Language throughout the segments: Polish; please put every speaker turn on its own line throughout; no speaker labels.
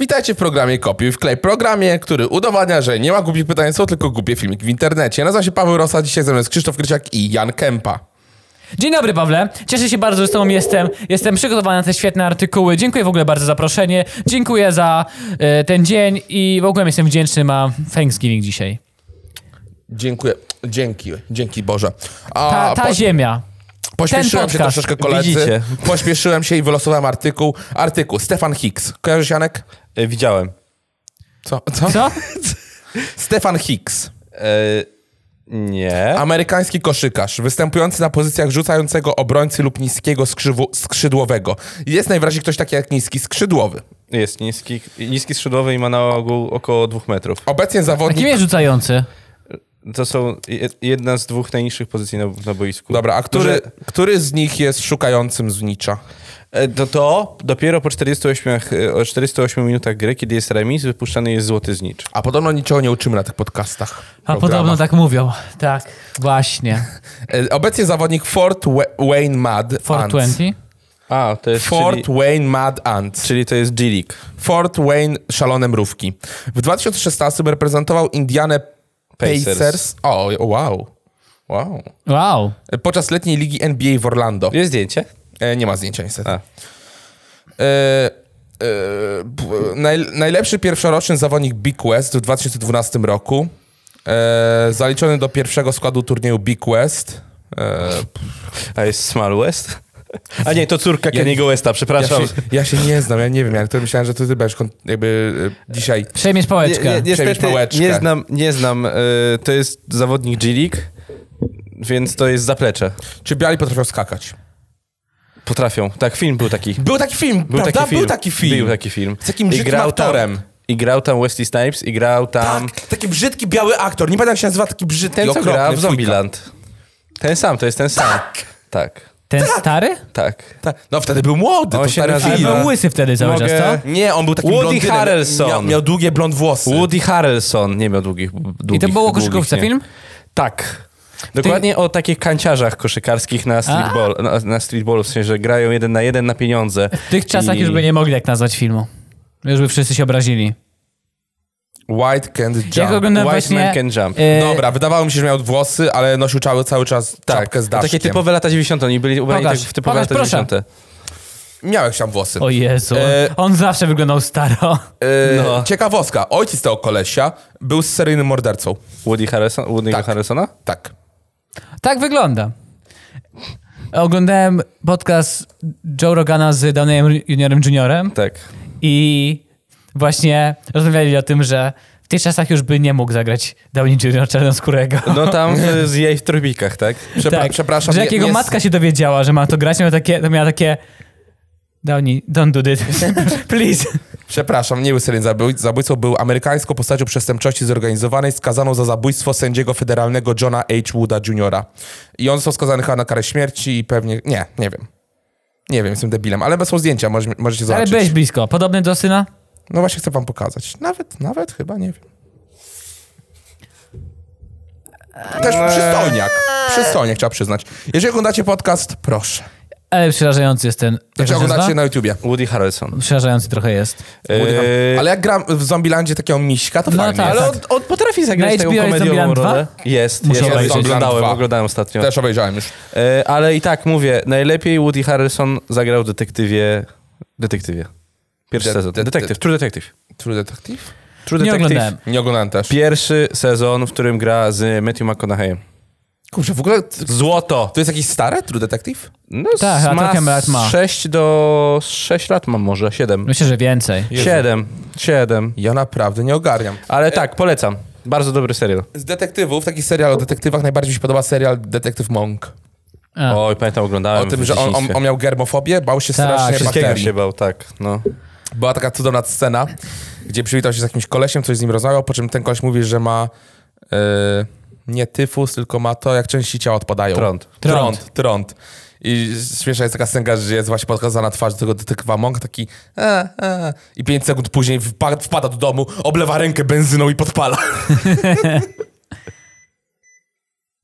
Wpisajcie w programie kopiuj wklej programie, który udowadnia, że nie ma głupich pytań, są tylko głupie filmiki w internecie. Nazywam się Paweł Rosa, dzisiaj ze mną jest Krzysztof Kryciak i Jan Kępa.
Dzień dobry, Pawle. Cieszę się bardzo, że z tobą jestem. Jestem przygotowany na te świetne artykuły. Dziękuję w ogóle bardzo za zaproszenie. Dziękuję za e, ten dzień i w ogóle jestem wdzięczny. Mam Thanksgiving dzisiaj.
Dziękuję. Dzięki, dzięki Boże. A
Ta, ta
po-
ziemia.
pośpieszyłem
ten
się
podcast.
troszeczkę koledzy.
Widzicie.
Pośpieszyłem się i wylosowałem artykuł. Artykuł Stefan Hicks. Kojarzysz Janek?
E, Widziałem.
Co? Co?
Co?
Stefan Hicks.
E, nie.
Amerykański koszykarz, występujący na pozycjach rzucającego obrońcy lub niskiego skrzywu, skrzydłowego. Jest najwyraźniej ktoś taki jak niski skrzydłowy.
Jest niski, niski skrzydłowy i ma na ogół około dwóch metrów.
Obecnie
A
zawodnik...
kim jest rzucający?
To są je- jedna z dwóch najniższych pozycji na, na boisku.
Dobra, a który,
Duże-
który z nich jest szukającym znicza?
E, To, to dopiero po 48, e, 48 minutach gry, kiedy jest remis, wypuszczany jest złoty znicz.
A podobno niczego nie uczymy na tych podcastach.
A podobno tak mówią. Tak, właśnie.
E, Obecnie zawodnik Fort We- Wayne Mad Ants.
420?
A, to jest
Fort
czyli,
Wayne Mad Ants.
czyli to jest G-League.
Fort Wayne Szalone Mrówki. W 2016 reprezentował Indianę Pacers.
Pacers.
O, wow. Wow.
Wow.
E, Podczas letniej ligi NBA w Orlando.
Jest zdjęcie?
E, nie ma zdjęcia niestety.
A.
E, e, b, naj, najlepszy pierwszoroczny zawodnik Big West w 2012 roku. E, zaliczony do pierwszego składu turnieju Big West. E,
A jest Small West? A nie, to córka
Ja-
Kenny'ego Westa,
ja, się,
przepraszam.
ja się nie znam, ja nie wiem, jak to myślałem, że to ty będziesz kon- jakby e, dzisiaj.
Przejmiesz
Nie,
pałeczkę.
nie,
Przejmiesz
niestety
pałeczkę.
nie znam, nie znam. e, To jest zawodnik G-League, więc to jest zaplecze.
Czy biali potrafią skakać?
Potrafią. Tak, film był taki.
Był taki film,
Był
prawda?
taki film.
Był taki film.
Był taki film.
Z takim brzydkim
tam,
aktorem.
I grał tam Wesley Snipes, i grał tam...
Tak, taki brzydki biały aktor. Nie pamiętam jak się nazywa, taki brzydki,
Ten, co
okropny.
grał w
fujka.
Zombieland. Ten sam, to jest ten sam.
Tak!
Tak,
Ten stary?
tak.
Ta, no wtedy był młody,
On
to
się
stary
nazywa-
Ale
film.
Ile?
był łysy wtedy cały
Mogę-
czas, co?
Nie, on był taki
Woody
blondynem.
Harrelson.
Miał, miał długie blond włosy.
Woody Harrelson nie miał długich...
I
długich
to było o
długich,
koszykówce
nie.
film?
Tak. Dokładnie o takich kanciarzach koszykarskich na streetball, na, na streetballu, w sensie, że grają jeden na jeden na pieniądze.
W tych czasach
I-
już by nie mogli tak nazwać filmu. Już by wszyscy się obrazili.
White Can't Jump.
Jak oglądałem
White
właśnie...
Man Can Jump. No,
e,
Dobra, wydawało mi się, że miał włosy, ale nosił cały, cały czas tak, czapkę z
to
daszkiem.
takie typowe lata 90. Oni byli ubrani
Pokaż,
tak w typowe
pokaż,
lata
proszę.
90.
Miałeś tam włosy.
O Jezu,
E,
on zawsze wyglądał staro.
E,
no.
Ciekawostka. Ojciec tego kolesia był seryjnym mordercą.
Woody Harrelson, Woody'ego
Tak.
Harrelsona?
Tak.
Tak wygląda. Oglądałem podcast Joe Rogana z Downem Juniorem Juniorem
Tak.
i właśnie rozmawiali o tym, że w tych czasach już by nie mógł zagrać Downey Junior czarnoskórego.
No tam z- z jej w trójbikach, tak?
Przepra- Przepraszam.
Że
nie-
jak jego
nie-
matka się dowiedziała, że ma to grać, miała takie, to miała takie Downey, don't do this. Please.
Przepraszam, nie był seryjnym zabój, zabójcą, był amerykańską postacią przestępczości zorganizowanej skazaną za zabójstwo sędziego federalnego Johna H. Wooda Jr. I on został skazany chyba na karę śmierci i pewnie... Nie, nie wiem. Nie wiem, jestem debilem, ale bez są zdjęcia, może, możecie
Ale
zobaczyć.
byłeś blisko. Podobny do syna?
No właśnie chcę wam pokazać. Nawet, nawet chyba, nie wiem. Też
Eee.
przystojniak. Przystojniak, trzeba przyznać. Jeżeli oglądacie podcast, proszę.
Ale przerażający jest ten. jak to się
Znaczy oglądacie
nazywa?
na YouTubie.
Woody Harrelson.
Przerażający trochę jest.
Eee,
Ale jak gram w Zombielandzie takiego miśka, to
No
fajnie.
tak.
Ale
ale on, on potrafi
Na
zagrać taką
HBO jest
komediową
Zombieland
rolę. Jest,
Muszę
jest,
obejrzeć.
jest. Oglądałem,
Zombieland
oglądałem ostatnio.
Też obejrzałem już.
Eee, ale i tak mówię, najlepiej Woody Harrelson zagrał w detektywie. Detektywie. Pierwszy
De-
sezon.
de-
Detektyw, True Detective.
True Detective?
True
Nie
Detective.
oglądałem.
Nie oglądałem też.
Pierwszy sezon, w którym gra z Matthew McConaugheyem.
Kurczę, w ogóle t-
Złoto!
to jest jakiś stary True Detective?
No,
Tak,
z-
a to Cameron ma.
6 do 6 lat mam może, 7.
Myślę, że więcej.
Jezu.
7, 7.
Ja naprawdę nie ogarniam.
Ale tak, polecam. Bardzo dobry serial.
Z detektywów, taki serial o detektywach, najbardziej mi się podoba serial Detektyw Monk.
A.
Oj, pamiętam,
O
oglądałem.
tym,
w
że on, on,
dzieciństwie.
on miał germofobię, bał się
Tak,
strasznie
Wszystkiego
bakterii.
się bał, tak. No.
Była taka cudowna scena, gdzie przywitał się z jakimś kolesiem, coś z nim rozmawiał, po czym ten koleś mówi, że ma e, nie tyfus, tylko ma to, jak części ciała odpadają.
Trąd.
Trąd, trąd. I śmieszna jest taka scenka, że jest właśnie podkazana twarz do tego detektywa Monk, taki e, e, i 5 sekund później wpa- wpada do domu, oblewa rękę benzyną i podpala.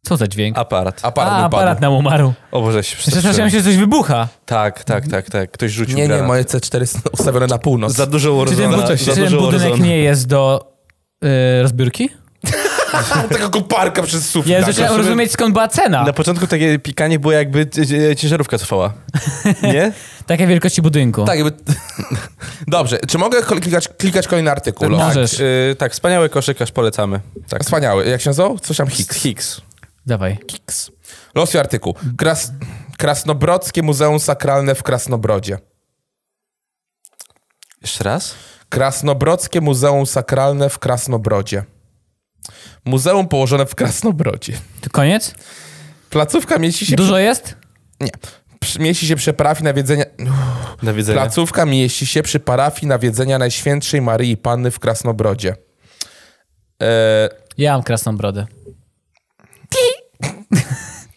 Co za dźwięk?
Aparat.
Aparat,
A,
wypadł.
aparat nam umarł.
O Boże, się przestraszyłem.
Przestraszyłem się, że coś wybucha.
Tak, tak, tak, tak. Ktoś rzucił
Nie, nie,
granat.
moje C4 są ustawione na północ.
Za dużo
Czy ten,
Warzona.
bud- czy
Za
ten
dużo
budynek
Warzona.
nie jest do y, rozbiórki?
Taka koparka przez sufit.
Ja
Tak,
zacząłem
żeby-
rozumieć skąd była cena.
Na początku takie pikanie było jakby c- c- ciężarówka trwała. Nie?
Takiej wielkości budynku.
Tak, jakby... Dobrze, czy mogę kol- klikać, klikać kolejny artykuł?
Tak,
Lola?
Możesz.
Y, tak, wspaniały koszykarz, polecamy. Tak.
Wspaniały. Jak się nazywał? Coś tam Hicks.
Hicks.
Dawaj.
Hicks. Losuj artykuł. Kras... Krasnobrodzkie Muzeum Sakralne w Krasnobrodzie.
Jeszcze raz?
Krasnobrodzkie Muzeum Sakralne w Krasnobrodzie. Muzeum położone w Krasnobrodzie.
To koniec?
Placówka mieści się...
Dużo jest?
Nie. Przy- Mieści się przy parafii nawiedzenia...
Do widzenia.
Placówka mieści się przy parafii nawiedzenia Najświętszej Maryi Panny w Krasnobrodzie. E,
Ja mam krasną brodę.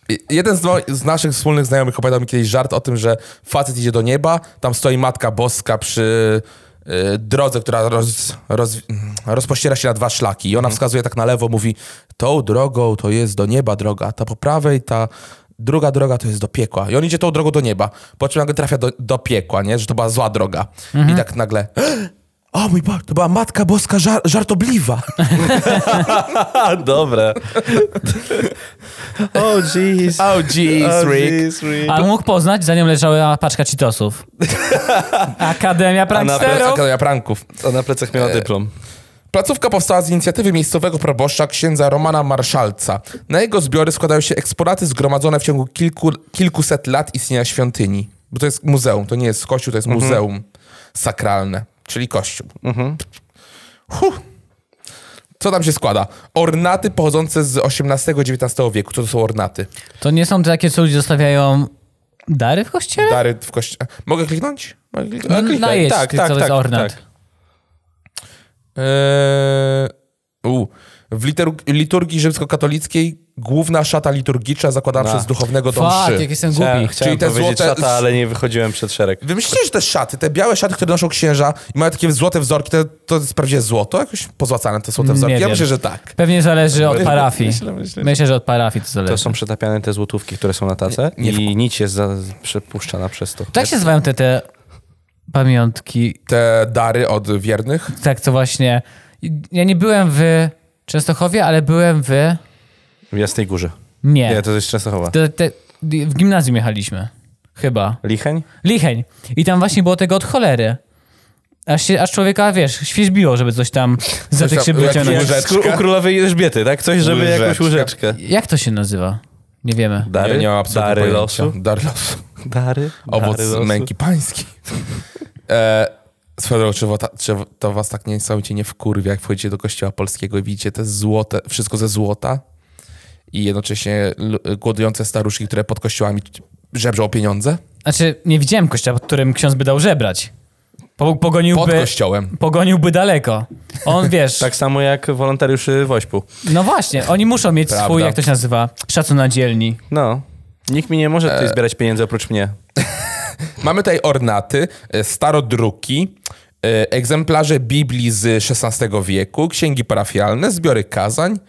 I- Jeden z, mo- z naszych wspólnych znajomych opowiadał mi kiedyś żart o tym, że facet idzie do nieba, tam stoi Matka Boska przy y, drodze, która roz, roz, rozpościera się na dwa szlaki i ona wskazuje tak na lewo, mówi tą drogą to jest do nieba droga, ta po prawej, ta druga droga to jest do piekła. I on idzie tą drogą do nieba, po czym nagle trafia do, do piekła, nie? że to była zła droga. I tak nagle... O mój Boże, to była Matka Boska żar- żartobliwa.
A, dobre. oh, jeez.
Oh jeez, Rick.
A mógł poznać, za nią leżała paczka citosów. Akademia pranksterów.
Akademia Pranków.
A na plecach miała dyplom.
Placówka powstała z inicjatywy miejscowego proboszcza księdza Romana Marszalca. Na jego zbiory składają się eksponaty zgromadzone w ciągu kilku, kilkuset lat istnienia świątyni. Bo to jest muzeum, to nie jest kościół, to jest muzeum sakralne, czyli kościół. Huh. Co tam się składa? Ornaty pochodzące z XVIII-XIX wieku. Co to są ornaty?
To nie są takie, co ludzie zostawiają dary w kościele?
Dary w kościele. Mogę kliknąć? Mogę kliknąć?
No, Najeść
tak,
ty,
tak,
co jest
tak,
ornat.
tak.
Eee, u. W literu- liturgii rzymskokatolickiej główna szata liturgiczna zakładana
Na.
przez duchownego do
Fuck, jak
mszy.
jestem
Chciałem,
głupi.
chciałem
te
powiedzieć
złote-
szata, ale nie wychodziłem przed szereg.
Wymyślicie, że te szaty, te białe szaty, które noszą księża i mają takie złote wzorki, to, to jest prawdziwie złoto? Jakoś pozłacane te złote
Nie
wzorki? Ja
wiem.
myślę, że tak.
Pewnie zależy od
Myślę,
parafii.
myślę, myślę.
Myślę, że od parafii to zależy.
To są przetapiane te złotówki, które są na tace
Nie, nie
i nic jest za, przepuszczana przez to.
Tak się nazywają te, te pamiątki,
Te dary od wiernych.
tak co właśnie... Ja nie byłem w Częstochowie, ale byłem w... Nie.
W Jasnej Górze. Nie, to jest Częstochowa.
Te, te, w gimnazjum jechaliśmy. Chyba.
Licheń?
Licheń. I tam właśnie było tego od cholery. Aż, się, aż człowieka, wiesz, świeżbiło, żeby coś tam za
Coś
tych
tam-
szyb
jak
No,
wyciągnąć.
łyże-
Z kró- u królowej Elżbiety, tak? Coś, żeby
Łyżeczka.
jakąś łyżeczkę.
Jak to się nazywa? Nie wiemy.
Dary?
nie, nie mam absolutnie
Dary
pojęcia.
losu?
Dary losu.
Dary?
Owoc
Dary losu.
męki pańskiej. E, Swoją drogą, czy, wo- ta, czy to was tak niesamowicie nie wkurwia, jak wchodzicie do kościoła polskiego i widzicie te złote, wszystko ze złota i jednocześnie l- głodujące staruszki, które pod kościołami żebrzą o pieniądze?
Znaczy, nie widziałem kościoła, pod którym ksiądz by dał żebrać. Po,
Pod
pogoniłby,
kościołem.
pogoniłby daleko. On, wiesz...
Tak samo jak wolontariuszy Wośpu.
No właśnie, oni muszą mieć
Prawda.
swój, jak to się nazywa, szacun na dzielni.
No. Nikt mi nie może
E-
tutaj zbierać pieniędzy oprócz mnie.
Mamy tutaj ornaty, e, starodruki, e, egzemplarze Biblii z XVI wieku, księgi parafialne, zbiory kazań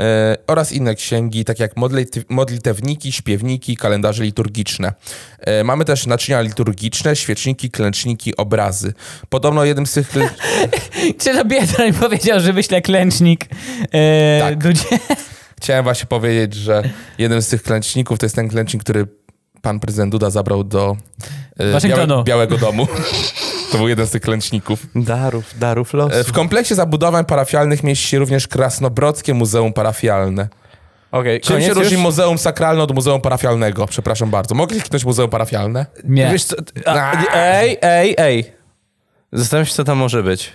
e, oraz inne księgi, takie jak modlity- modlitewniki, śpiewniki, kalendarze liturgiczne. E, Mamy też naczynia liturgiczne, świeczniki, klęczniki, obrazy. Podobno jednym z tych... klę-
Księża Biedroń powiedział, że wyśle klęcznik e,
Tak.
Dudzie.
Chciałem właśnie powiedzieć, że jednym z tych klęczników to jest ten klęcznik, który pan prezydent Duda zabrał do e,
Waszyngtonu.
Białego Domu. To był jeden z tych klęczników.
Darów, darów losu.
E, W kompleksie zabudowań parafialnych mieści się również Krasnobrodzkie Muzeum Parafialne.
Okej,
Czym
koniec
się
już?
różni muzeum sakralne od muzeum parafialnego? Przepraszam bardzo. Mogę kliknąć muzeum parafialne?
Nie.
Wiesz co, a, ej, ej, ej. Zastanawiam się, co tam może być. I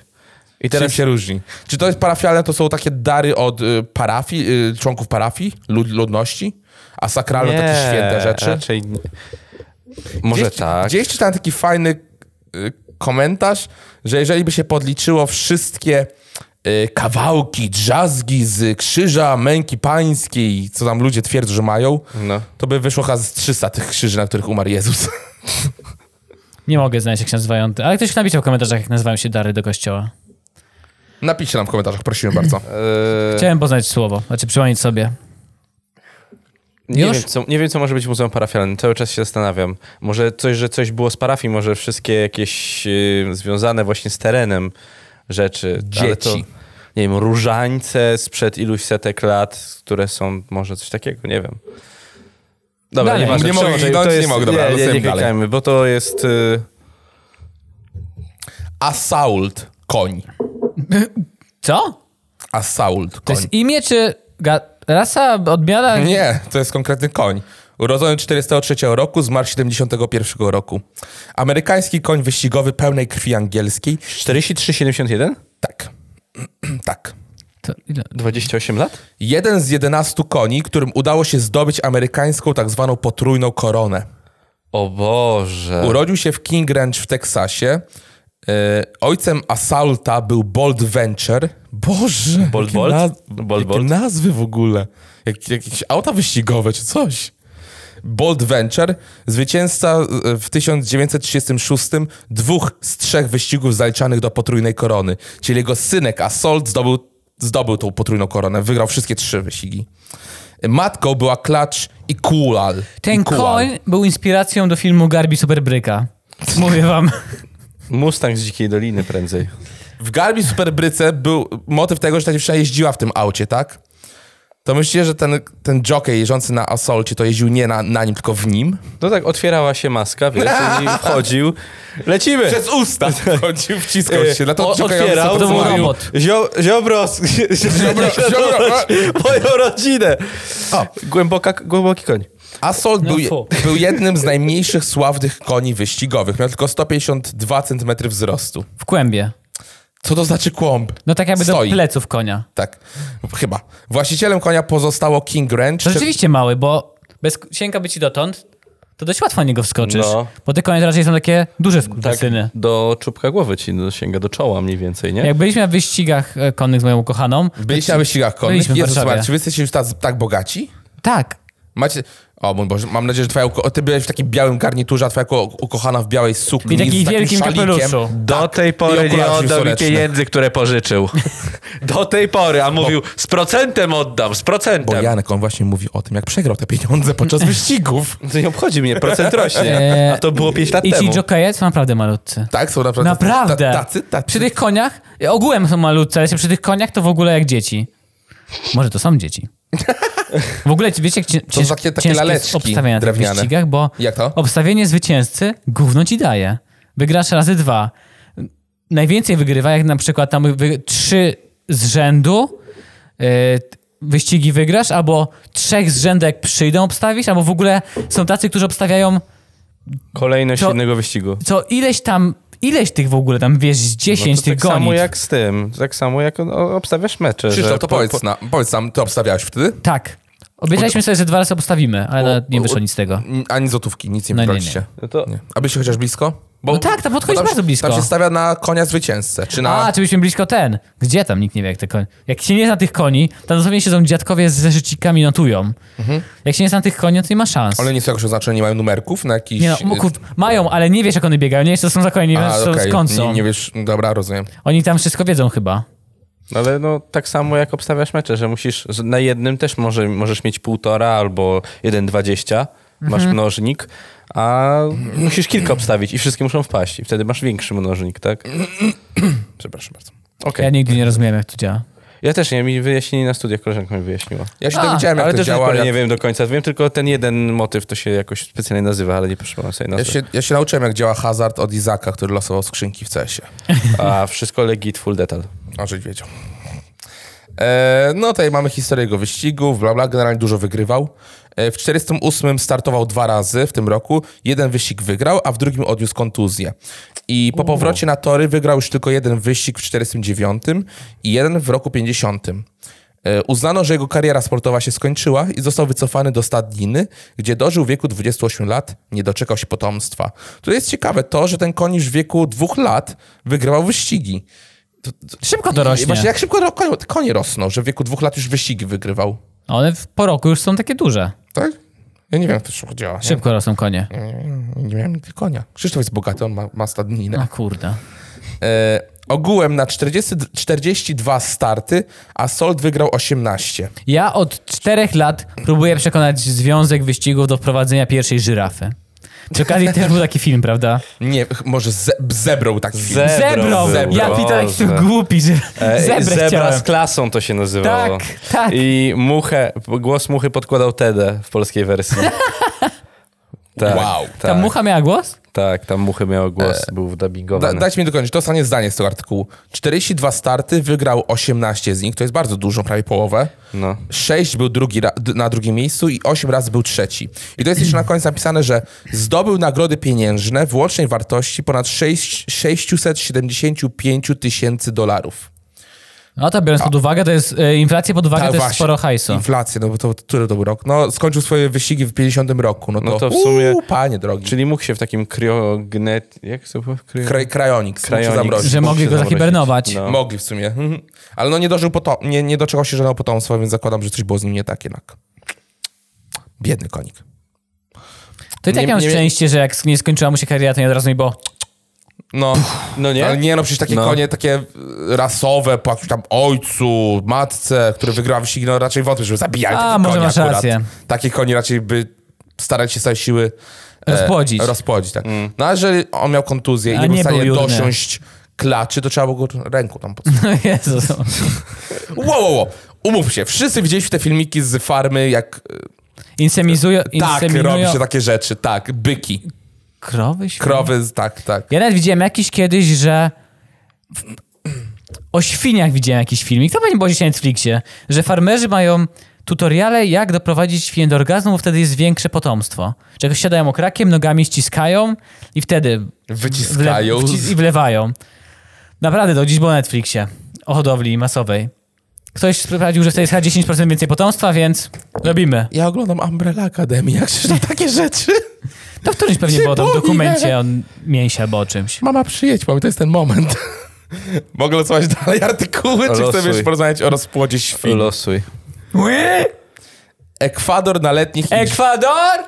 Czym
teraz
się różni? Czy to jest parafialne, to są takie dary od y, parafii, y, członków parafii, lud, ludności? A sakralne to takie święte rzeczy?
Raczej nie. Może
gdzieś,
tak.
Gdzieś czytałem taki fajny y, komentarz, że jeżeli by się podliczyło wszystkie y, kawałki, drzazgi z krzyża męki pańskiej, co tam ludzie twierdzą, że mają,
No.
to by wyszło chyba z 300 tych krzyży, na których umarł Jezus.
Nie mogę znaleźć, jak się nazywają. te- Ale ktoś napisał w komentarzach, jak nazywają się dary do kościoła.
Napiszcie nam w komentarzach, prosimy bardzo.
Eee,
Chciałem poznać słowo, znaczy przypomnieć sobie.
Nie
Już?
wiem, co, nie wiem, co może być muzeum parafialnym. Cały czas się zastanawiam. Może coś, że coś było z parafii, może wszystkie jakieś y, związane właśnie z terenem rzeczy. Ale to,
Dzieci.
nie wiem, różańce sprzed iluś setek lat, które są może coś takiego, nie wiem. Dobra,
Dalej.
nieważne,
Nie mogę
przechodzę.
idąc, nie mogę, dobra,
nie, nie, nie
lecimy dalej.
klikajmy, bo to jest... Y,
Assault koń.
Co?
Assault
To
koń.
jest imię czy ga- rasa, odmiana?
Nie, to jest konkretny koń. Urodzony 43 roku, zmarł 71 roku. Amerykański koń wyścigowy pełnej krwi angielskiej.
43,71?
Tak. tak.
To ile?
28 lat?
Jeden z 11 koni, którym udało się zdobyć amerykańską tak zwaną potrójną koronę.
O Boże.
Urodził się w King Ranch w Teksasie. E, ojcem Assaulta był Bold Venture. Boże!
Bold
jakie
Bolt?
naz-
Bold
jakie
Bolt?
nazwy w ogóle. Jak, jakieś auta wyścigowe czy coś. Bold Venture, zwycięzca e, w 1936 dwóch z trzech wyścigów zaliczanych do potrójnej korony. Czyli jego synek Assault zdobył, zdobył tą potrójną koronę. Wygrał wszystkie trzy wyścigi. Matką była Klacz i Kulal.
Ten
I Kulal.
koń był inspiracją do filmu Garbi Superbryka. Mówię wam.
Mustang z Dzikiej Doliny prędzej.
W Garbi Superbryce był motyw tego, że ta dziewczyna jeździła w tym aucie, tak? To myślicie, że ten, ten jockey jeżdżący na Assaulcie to jeździł nie na, na nim, tylko w nim?
No tak, otwierała się maska, wiesz, i wchodził. Lecimy!
Przez usta chodził, wciskał się. Dlatego
O-
jockey
otwierał,
to "No był
mówił,
robot.
Zio, ziobro, z-
Ziobro, ziobro, a.
moją rodzinę.
O.
Głęboka, głęboki koń.
Assault
No
był,
fu.
był jednym z najmniejszych sławnych koni wyścigowych. Miał tylko 152 cm wzrostu.
W kłębie.
Co to znaczy kłąb?
No tak jakby
Stoi.
do pleców konia.
Tak, chyba. Właścicielem konia pozostało King Ranch.
To No rzeczywiście mały, bo bez sięga by ci dotąd, to dość łatwo na niego wskoczysz.
No.
Bo te konie raczej są takie duże
Tak,
skurwysyny.
do czubka głowy ci do- sięga, do czoła mniej więcej, nie?
Jak byliśmy na wyścigach e, konnych z moją ukochaną. to
Byliście
ci-
na wyścigach konnych.
Byliśmy w
Jezus,
Warszawie.
Maria, czy wy jesteście już tak, tak bogaci?
Tak.
Macie. O mój Boże, mam nadzieję, że twoja uko- ty byłeś w takim białym garniturze, a twoja ko- ukochana w białej sukni.
I takim
z takim
wielkim
szalikiem.
kapeluszu.
Do tej
I
pory nie
okulary
oddał mi
słoneczne.
pieniędzy, które pożyczył. Do tej pory, a mówił, z procentem oddam, z
Bo
procentem.
Janek, on właśnie mówi o tym, jak przegrał te pieniądze podczas wyścigów.
To nie obchodzi mnie, procent rośnie.
Eee,
A to było 5 lat
I ci
temu.
jokeje są naprawdę malutcy.
Tak, są naprawdę.
Naprawdę.
Ta, tacy, tacy.
Przy tych koniach, e, ogółem są malutcy, ale się przy tych koniach to w ogóle jak dzieci. Może to są dzieci. W ogóle wiecie, jak cię- cięż,
są takie- takie
ciężkie jest
laleczki
obstawienie na tych
drewniane.
wyścigach, bo
Jak to?
obstawienie zwycięzcy gówno ci daje. Wygrasz razy dwa. Najwięcej wygrywa, jak na przykład tam wy, trzy z rzędu yy, wyścigi wygrasz, albo trzech z rzędu jak przyjdą obstawić, albo w ogóle są tacy, którzy obstawiają
Kolejność
To-
innego wyścigu.
co ileś tam, ileś tych w ogóle tam, wiesz, z
No to
10 tych
tak samo
goni.
jak z tym, tak samo jak o, obstawiasz mecze. że
Krzysztof, to
po-
powiedz, na, powiedz nam, ty obstawiałeś wtedy?
Tak. Obiecaliśmy sobie, że dwa razy obstawimy, ale nawet nie wyszło nic z tego.
Mm, Ani złotówki, nic nie
No nie,
wybraliście.
No to-
Nie. A byliście chociaż blisko? Bo,
No tak, tam
bo
podchodzisz
tam się-
bardzo blisko.
Tam się stawia na konia zwycięzcę. Czy na.
A, czy byliśmy blisko ten. Gdzie tam? Nikt nie wie, jak te konie. Jak się nie zna tych koni, tam dosłownie siedzą dziadkowie z zeszycikami, notują.
Mhm.
Jak się nie zna tych koni, no to nie ma szans.
One nie są jakoś oznaczone, nie mają numerków na jakiś.
Nie no, m- kur... mają, ale nie wiesz, jak one biegają, nie wiesz, co są za konie, nie wiesz,
A,
co-
okej.
skąd są.
nie, nie wiesz, no dobra, rozumiem.
Oni tam wszystko wiedzą chyba.
Ale no tak samo jak obstawiasz mecze, że musisz, że na jednym też może, możesz mieć półtora albo 1,20, masz
Mhm.
mnożnik, a musisz kilka obstawić i wszystkie muszą wpaść i wtedy masz większy mnożnik, tak?
Przepraszam bardzo.
Okej.
Ja nigdy nie rozumiem, jak to działa.
Ja też nie, mi wyjaśnili na studiach, koleżanka mi wyjaśniła.
Ja się
A,
dowiedziałem, jak
ale
to
też do
działa.
pory
jak
nie wiem do końca, wiem tylko ten jeden motyw, to się jakoś specjalnie nazywa, ale nie przypomnę sobie
Ja
nazwy.
się, ja się nauczyłem, jak działa hazard od Izaka, który losował skrzynki w CS-ie.
A wszystko legit, full detal.
O, żeś wiedział. E, no, tutaj mamy historię jego wyścigów, bla, bla. Generalnie dużo wygrywał. E, w 48 startował dwa razy w tym roku. Jeden wyścig wygrał, a w drugim odniósł kontuzję. I po powrocie na tory wygrał już tylko jeden wyścig w 49 i jeden w roku 50. E, Uznano, że jego kariera sportowa się skończyła i został wycofany do Stadniny, gdzie dożył wieku 28 lat, nie doczekał się potomstwa. Tu jest ciekawe to, że ten koń już w wieku dwóch lat wygrywał wyścigi. To- to-
Szybko to rośnie.
Właśnie jak szybko ro- konie, konie rosną, że w wieku dwóch lat już wyścigi wygrywał.
One No, w, po roku już są takie duże.
Tak? Ja nie wiem, jak to szybko działa. Nie,
Szybko rosną konie. No.
nie, nie miałem nigdy konia. Krzysztof jest bogaty, on ma, ma stadninę.
A kurde.
E, Ogółem na 40, 42 starty, a Sold wygrał 18.
Ja od czterech lat próbuję przekonać Związek Wyścigów do wprowadzenia pierwszej żyrafy. Przy okazji też był taki film, prawda?
Nie, ch- może ze, zebrał tak film.
Ze- Zebrą
Zebrą!
był,
Ja witam, jak
Boże.
jestem głupi, że
E,
zebrę
Zebra
chciałem.
z klasą to się nazywało.
Tak, tak.
I muchę, głos muchy podkładał Tedę w polskiej wersji. tak,
Wow.
Tak,
Ta mucha miała głos?
tak, tam muchy miał głos, był
Da,
wdubbingowany.
dajcie mi dokończyć, to ostatnie zdanie z tego artykułu. 42 starty, wygrał 18 z nich, to jest bardzo dużo, prawie połowę.
No.
6 był drugi ra- d- na drugim miejscu i 8 razy był trzeci. I to jest jeszcze na końcu napisane, że zdobył nagrody pieniężne w łącznej wartości ponad 6, 675 tysięcy dolarów.
No to biorąc pod uwagę, to jest e, inflacja pod uwagę,
Tak,
to jest
właśnie.
sporo hajsu.
Inflacja, no bo to, który to był rok? No skończył swoje wyścigi w 50 roku, no to,
No to w sumie-
Uuu, panie drogi. Czyli...
Czyli mógł się w takim kryognet... Jak to było? Kry...
Kraj, krajonik,
krajonik-
zabronić.
Że mogli
się
go
zamrozić.
zahibernować.
No.
Mogli w sumie. Mhm. Ale no nie dożył potom- nie, nie doczekał się żadnego potomstwa, więc zakładam, że coś było z nim nie tak jednak. Biedny konik.
To i tak
Nie-
miałem
nie-
szczęście, że jak nie skończyła mu się kariera, to nie od razu mi było...
No,
No nie?
ale nie, no przecież takie
No.
konie, takie y, rasowe, po jakimś tam ojcu, matce, który wygrał wyścig, no raczej wątpię, żeby zabijali
A,
takie
może
konie
masz
akurat.
rację.
Takie konie raczej by starać się z całej siły e,
Rozpłodzić.
rozpłodzić, tak. No, a jeżeli on miał kontuzję i
Mm. A
nie, był
nie
w stanie
był jurny.
dosiąść klaczy, to trzeba było go ręką tam pod
No Jezus.
Wow, wow, wow. Umów się, wszyscy widzieliśmy te filmiki z farmy, jak y,
Insemizują...
Tak, robi
inseminują-
się takie rzeczy, tak. Byki,
Krowy? świnie?
krowy, tak, tak.
Ja nawet widziałem jakiś kiedyś, że. w- O świniach widziałem jakiś filmik. To pewnie było gdzieś na Netflixie, że farmerzy mają tutoriale, jak doprowadzić świnię do orgazmu, bo wtedy jest większe potomstwo. Że jak siadają okrakiem, nogami ściskają i wtedy
Wyciskają.
wci- i wlewają. Naprawdę, to dziś było na Netflixie o hodowli masowej. Ktoś sprawdził, że wtedy jest chyba 10% więcej potomstwa, więc robimy.
Ja oglądam Umbrella Academy, jak krzyczą takie rzeczy.
To w którymś pewnie
Nie
było tam w
powiem.
dokumencie o mięsie albo o czymś.
Mama, przyjedź, mamy, to jest ten moment. Mogę losować dalej artykuły, czy
Losuj.
chcemy jeszcze porozmawiać o rozpłodzie świn?
Losuj.
Ekwador na letnich... Igrzy-
Ekwador!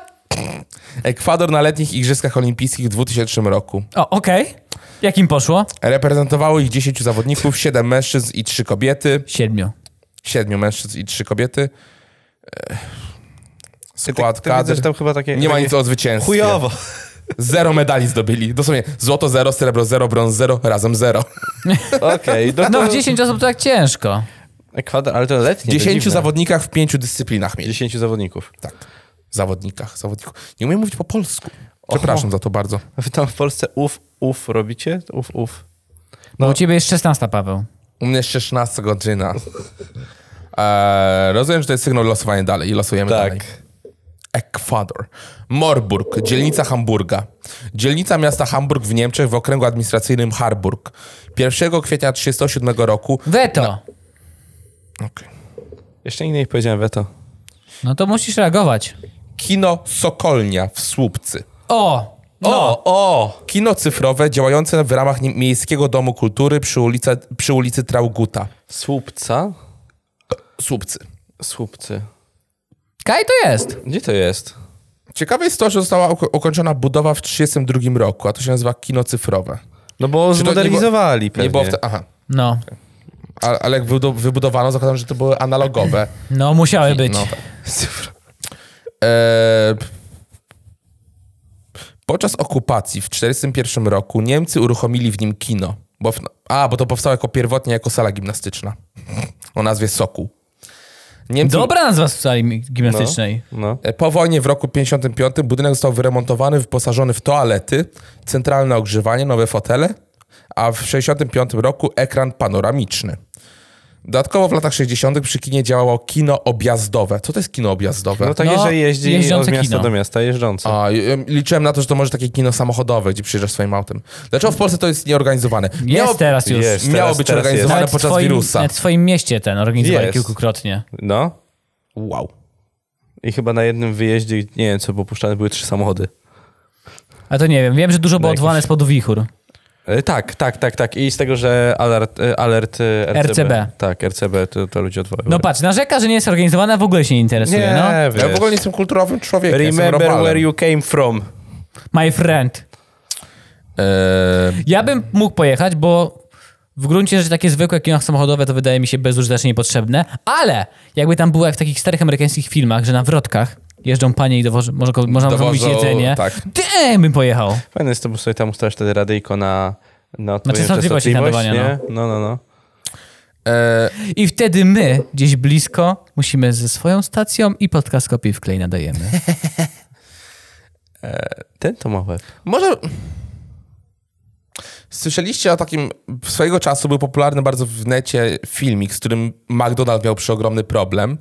Ekwador na letnich Igrzyskach Olimpijskich w 2000 roku.
O, okej. Jak im poszło?
Reprezentowało ich 10 zawodników, 7 mężczyzn i 3 kobiety.
Siedmiu.
siedmiu mężczyzn i 3 kobiety. Ech. Skład
Ty widzę,
kadr.
że tam chyba takie...
Nie ma
takie
nic o zwycięstwie.
Chujowo.
Zero medali zdobyli. Dosłownie złoto zero, srebro zero, brąz zero, razem zero.
Okej, no
No
to-
w 10 osób to tak ciężko.
Ekwador, ale to letnie. to
Dziesięciu
dziwne.
zawodnikach w pięciu dyscyplinach mieli.
Dziesięciu zawodników.
Tak. Zawodnikach, zawodników. Nie umiem mówić po polsku. Przepraszam za to bardzo.
A wy tam w Polsce uf, uf robicie? Uf, uf.
Bo u ciebie jest 16, Paweł.
U mnie jest 16 godzina. Eee, rozumiem, że to jest sygnał losowania dalej i losujemy
Tak.
dalej. Ekwador. Morburg, dzielnica Hamburga. Dzielnica miasta Hamburg w Niemczech w okręgu administracyjnym Harburg. 1 kwietnia 1937 roku.
Weto. No.
Okej.
Jeszcze innej powiedziałem weto.
No to musisz reagować.
Kino Sokolnia w Słupcy.
O! No.
o! Kino cyfrowe działające w ramach nie- Miejskiego Domu Kultury przy, ulica, przy ulicy Trauguta.
Słupca?
Słupcy.
Słupcy.
Kaj to jest.
Gdzie to jest?
Ciekawe jest to, że została uko- ukończona budowa w 1932 roku, a to się nazywa kino cyfrowe.
No bo
Czy to nie
zmodernizowali pewnie.
Nie było w te, aha,
No.
a, ale jak wybudo- wybudowano, zakładam, że to były analogowe.
No musiały być.
No. E, podczas okupacji w 1941 roku Niemcy uruchomili w nim kino. Bo w, a, bo to powstało jako pierwotnie jako sala gimnastyczna o nazwie Sokół. Niemcy,
Dobra nazwa z sali gimnastycznej.
No.
E, Po wojnie w roku 55 budynek został wyremontowany, wyposażony w toalety, centralne ogrzewanie, nowe fotele, a w 65 roku ekran panoramiczny. Dodatkowo w latach 60 przy kinie działało kino objazdowe. Co to jest kino objazdowe?
No takie,
No,
że jeździ od
jeżdżące
miasta
kino.
do miasta, jeżdżące.
A, i- em, liczyłem na to, że to może takie kino samochodowe, gdzie przyjeżdżasz swoim autem. Dlaczego w Polsce to jest nieorganizowane?
Jest teraz już.
jest.
miało
teraz-
być
teraz
organizowane
Nawet w
podczas
twoim,
wirusa.
Nawet w twoim mieście ten organizowali
Jest.
kilkukrotnie.
No.
Wow.
I chyba na jednym wyjeździe, nie wiem co, popuszczane były trzy samochody.
A to nie wiem. Wiem, że dużo było
jakiś-
odwołane z powodu wichur. No
E, Tak, tak, tak, tak. I z tego, że alert, e, alert e, RCB.
RCB.
Tak, RCB to, to ludzie odwołują.
No patrz, narzeka, że nie jest organizowana, a w ogóle się nie interesuje.
nie,
No.
wiesz.
Ja w ogóle nie jestem kulturowym człowiekiem. jestem
Remember
robalem.
where you came from.
My friend.
Eee, E,
Ja bym mógł pojechać, bo w gruncie rzeczy takie zwykłe kino samochodowe to wydaje mi się bezużytecznie potrzebne, ale jakby tam było jak w takich starych amerykańskich filmach, że na wrotkach jeżdżą panie i dowożą, może, ko- można
Dowożą,
zamówić jedzenie.
tak.
Damn, bym pojechał.
Fajne jest to, bo sobie tam ustawiasz wtedy radyjko na, na odpowiednią
częstotliwość nadawania,
nie? No, no, no.
E,
I wtedy my, gdzieś blisko, musimy ze swoją stacją i podcast kopii w klej nadajemy.
Ten to ma łeb.
Może. Słyszeliście o takim. Swojego czasu był popularny bardzo w necie filmik, z którym McDonald miał przeogromny problem,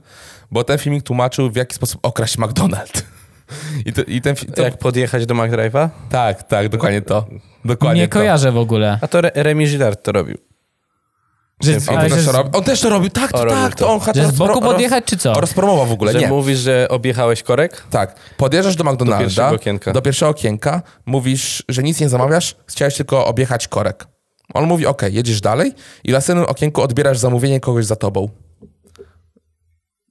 bo ten filmik tłumaczył, w jaki sposób okraść McDonald. I, to, i ten. fi- To,
Jak podjechać do McDrive'a?
Tak, tak, dokładnie to. Dokładnie
Nie
to.
kojarzę w ogóle.
A to Re- Remy Gillard to robił.
Że,
On,
ale
też
że,
to robi. on też to robił, tak, to,
O, robił
tak. To
to.
on chociaż
że z boku
rozpro- roz-
podjechać, czy co?
Rozpromował w ogóle,
Że
nie.
mówisz, że objechałeś korek?
Tak, podjeżdżasz do McDonalda,
pierwszego okienka.
do pierwszego okienka, mówisz, że nic nie zamawiasz, chciałeś tylko objechać korek. On mówi, okej, jedziesz dalej i w następnym okienku odbierasz zamówienie kogoś za tobą.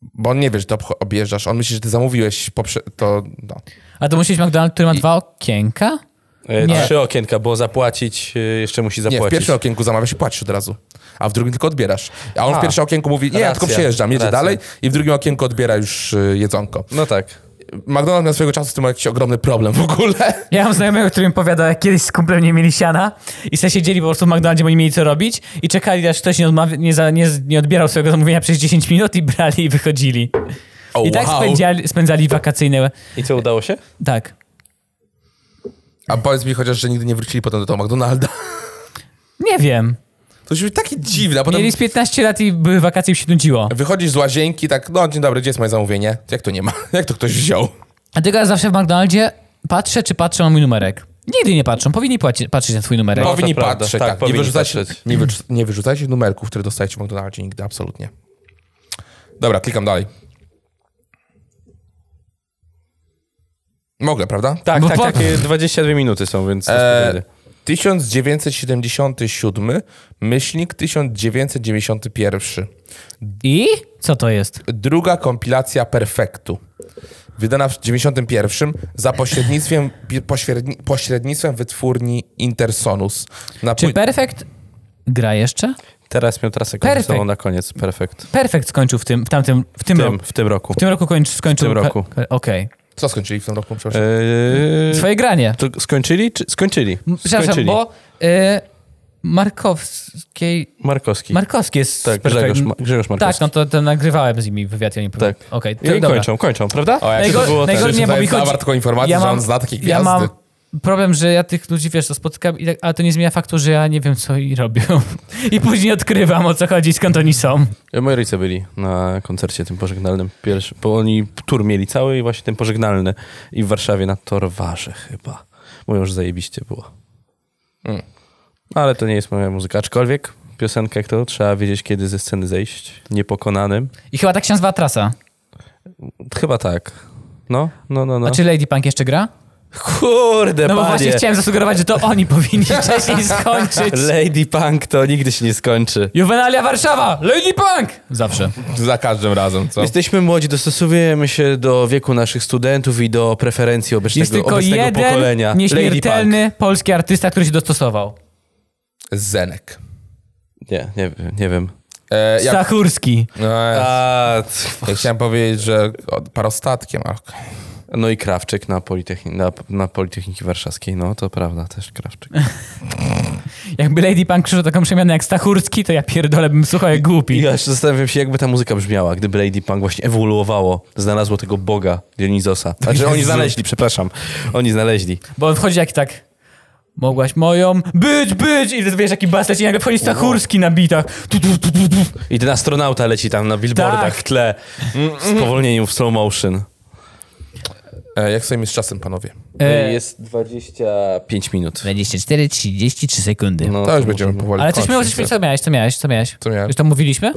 Bo on nie wie, że to obcho- objeżdżasz, on myśli, że ty zamówiłeś poprze- to, no.
A to musi być McDonald's, który ma dwa okienka?
E,
Nie.
Trzy okienka, bo zapłacić, e, jeszcze musi
Nie, w
zapłacić.
pierwszym okienku zamawiasz i płacisz od razu, a w drugim tylko odbierasz. A on w
A.
pierwszym okienku mówi, nie, ja tylko
Racja,
przejeżdżam, jedzie
racja.
dalej i w drugim okienku odbiera już y, jedzonko.
No tak.
McDonald's miał swojego czasu z tym jakiś ogromny problem w ogóle.
Ja mam znajomego, który mi powiadał, jak kiedyś z kumplem nie mieli siana i se siedzieli po prostu w McDonaldzie, bo nie mieli co robić i czekali, aż ktoś nie, odmawia, nie, za, nie, nie odbierał swojego zamówienia przez 10 minut i brali i wychodzili.
O,
I tak
wow.
spędzali, spędzali wakacyjne...
I co, udało się?
Tak.
A powiedz mi chociaż, że nigdy nie wrócili potem do tego McDonalda.
Nie wiem.
To już takie dziwne, a potem
Mieli z 15 lat i były wakacje i się nudziło.
wychodzisz z łazienki, tak, no dzień dobry, gdzie jest moje zamówienie? Jak to nie ma? Jak to ktoś wziął?
Tak,
Dlatego ja zawsze w McDonaldzie patrzę, czy patrzą na mój numerek. Nigdy nie patrzą, powinni płaci- patrzeć na twój numerek.
No. to
powinni
prawda.
patrzeć,
Tak,
tak. nie,
powinni
wyrzucajcie,
patrzeć.
nie, wyrzu- nie wyrzucajcie numerków, które dostajecie w McDonaldzie nigdy, absolutnie. Dobra, klikam dalej. Mogę, prawda?
Tak,
Bo
tak,
po-
takie 22 minuty są, więc...
E, 1977 myślnik 1991.
I? Co to jest?
druga kompilacja Perfektu. Wydana w 91 za pośrednictwem, pi- pośredni, pośrednictwem wytwórni Intersonus. Na
Czy
pły-
Perfect gra jeszcze?
Teraz miał trasę
Perfekt.
końcową na koniec. Perfekt.
Perfect skończył w tym, w tamtym, w
W
tym,
tym,
roku.
w tym roku.
W tym roku kończy, skończył.
W tym
pe-
roku.
pe- Okej.
Co skończyli w tym roku? Przepraszam.
E,
Swoje granie.
To skończyli? Czy, skończyli.
Przepraszam, bo y, Markowskiej.
Markowski.
Markowski jest.
tak,
perfekt-
Grzegorz, Ma- Grzegorz Markowski.
Tak, no to, to nagrywałem z nimi wywiad, ja nie powiem.
Tak.
Okej, to
I
dobra.
kończą, kończą, prawda?
O, jak
najgor-
to było
najgorsze
najgorzej
nie,
nie
bo mi
mam
chodzi-
taką informację,
ja
że on
mam-
zna takie gwiazdy.
Ja mam problem, że ja tych ludzi, wiesz, to spotkam, i tak, ale to nie zmienia faktu, że ja nie wiem, co i robią. I później odkrywam, o co chodzi, skąd oni są.
E, Moi rodzice byli na koncercie tym pożegnalnym pierwszym, bo oni tur mieli cały i właśnie ten pożegnalny i w Warszawie na Torwarze chyba. Mówią, że zajebiście było. Hmm. No,
Mm.
Ale to nie jest moja muzyka, aczkolwiek piosenkę jak to trzeba wiedzieć, kiedy ze sceny zejść. Niepokonanym.
I chyba tak się nazywa trasa.
Chyba tak. No, no, no, no.
A czy Lady Punk jeszcze gra?
Kurde,
No bo
panie.
właśnie chciałem zasugerować, że to oni powinni wcześniej skończyć.
Lady Punk to nigdy się nie skończy.
Juvenalia Warszawa! Lady Punk! Zawsze.
Za każdym razem, co?
Jesteśmy młodzi, dostosowujemy się do wieku naszych studentów i do preferencji obecnego,
Jest tylko
obecnego
jeden
pokolenia. Lady Punk.
nieśmiertelny polski artysta, który się dostosował.
Zenek.
Nie, nie, nie wiem.
E, ja,
Stachurski.
e,
A,
ja chciałem powiedzieć, że od- parostatkiem. a okej.
no i Krawczyk na, Politechni- na, na Politechniki Warszawskiej, no to prawda, też Krawczyk.
Jakby Lady Punk krzyczył taką przemianę jak Stachurski, to ja pierdolę bym słuchał jak
I
głupi.
ja się zastanawiam się, jakby ta muzyka brzmiała, gdyby Lady Punk właśnie ewoluowało, znalazło tego boga Dionizosa. Znaczy oni
Jezu.
znaleźli, przepraszam. Oni znaleźli.
Bo on wchodzi jak tak... Mogłaś moją być, być! I wiesz, jaki bas leci, i nagle wchodzi Stachurski na bitach. Tu, tu, tu, tu, tu.
I ten astronauta leci tam na billboardach
Tak.
w tle, w spowolnieniu, w slow motion.
E, jak sobie z czasem, panowie?
E,
Jest 25 minut.
24, 33 sekundy.
No,
to już
to
będziemy
może-
powoli
Ale coś miałeś,
kończyć.
coś, co miałeś, co miałeś, co miałeś?
Co miałem?
Już to mówiliśmy?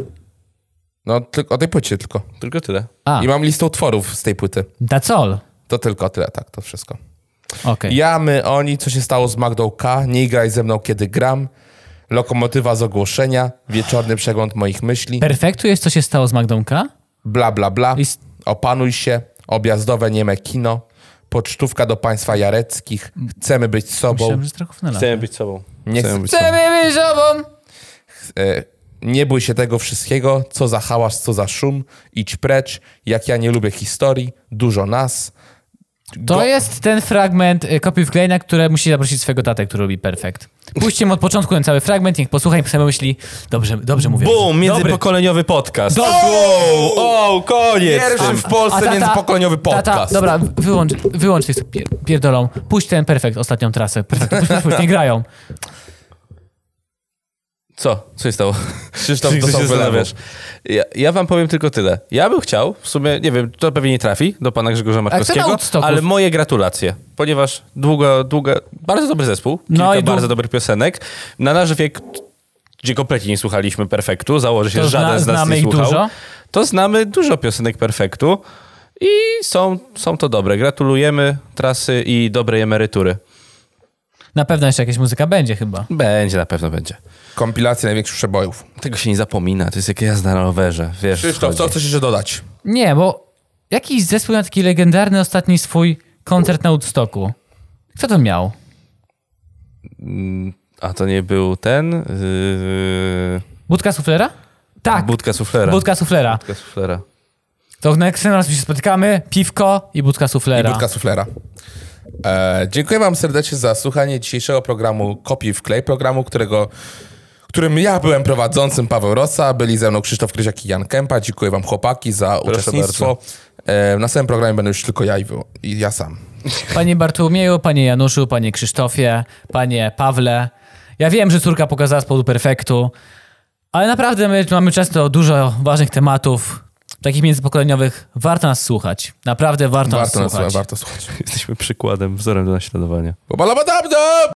No, tylko, o tej płycie tylko.
Tylko tyle.
A,
I mam listę utworów z tej płyty.
that's all.
To tylko tyle, tak, to wszystko.
Okej.
Ja, my, oni, co się stało z Magdą K, nie graj ze mną, kiedy gram, lokomotywa z ogłoszenia, wieczorny przegląd moich myśli,
Perfektu jest, co się stało z Magdą K?
bla, bla, bla,
I s-
opanuj się, objazdowe nieme kino, pocztówka do państwa jareckich, chcemy być sobą,
Myślałem, że strachów na lat.
Chcemy być sobą.
nie chcemy,
być
chcemy
być sobą!
e, nie bój się tego wszystkiego, co za hałas, co za szum, idź precz, jak ja nie lubię historii, dużo nas.
To
Go-
jest ten fragment y, Copy w Kleina, które musi zaprosić swojego tatę, który robi perfekt. Puśćcie mu od początku ten cały fragment, niech posłucha i sobie myśli, dobrze, dobrze mówię.
Bum,
Dobry.
międzypokoleniowy podcast.
Dobry.
Wow, wow, koniec z
Pierwszy
tym.
w Polsce międzypokoleniowy podcast.
Tata, dobra, wyłącz, wyłącz tych pier, pierdolą. Puść ten perfekt, ostatnią trasę. Perfekt, puść, puść, puść, nie grają.
Co? Co się stało? Krzysztof,
Czyli
to
ty
się
się
zastanawiasz. Ja, ja wam powiem tylko tyle. Ja bym chciał, w sumie, nie wiem, to pewnie nie trafi do pana Grzegorza
na
Markowskiego,
Woodstocku?
ale moje gratulacje, ponieważ długo, długo, bardzo dobry zespół, kilka
No i dłu-
bardzo dobrych piosenek. Na nasz wiek, gdzie kompletnie nie słuchaliśmy Perfektu, założę się,
To
że
zna-
żaden z nas
znamy
nie
ich
słuchał.
dużo?
To znamy dużo piosenek Perfektu i są, są to dobre. Gratulujemy trasy i dobrej emerytury.
Na pewno jeszcze jakaś muzyka będzie chyba.
Będzie, na pewno będzie.
Kompilacja największych przebojów.
Tego się nie zapomina, to jest jak jazda na rowerze, wiesz.
Krzysztof, co
chodzi.
chcesz jeszcze dodać?
Nie, bo jakiś zespół miał taki legendarny ostatni swój koncert na Woodstocku. Kto to miał?
A to nie był ten? Yy,
Budka Suflera? Tak,
Budka suflera.
Budka Suflera.
Budka suflera.
To na następnym razem się spotykamy, piwko i Budka Suflera.
I budka suflera. E, dziękuję wam serdecznie za słuchanie dzisiejszego programu Kopii w klej, programu, którego którym ja byłem prowadzącym Paweł Rosa, byli ze mną Krzysztof Kryziak i Jan Kępa. Dziękuję wam chłopaki za uczestnictwo. E, w następnym programie będę już tylko ja i, wy, i ja sam.
Panie Bartłomieju, panie Januszu, panie Krzysztofie, panie Pawle. Ja wiem, że córka pokazała z powodu perfektu, ale naprawdę my tu mamy często dużo ważnych tematów, takich międzypokoleniowych. Warto nas słuchać. Naprawdę warto,
Warto,
nas
nas,
słuchać.
warto słuchać.
Jesteśmy przykładem, wzorem do naśladowania.
Bo no! balabadabdab!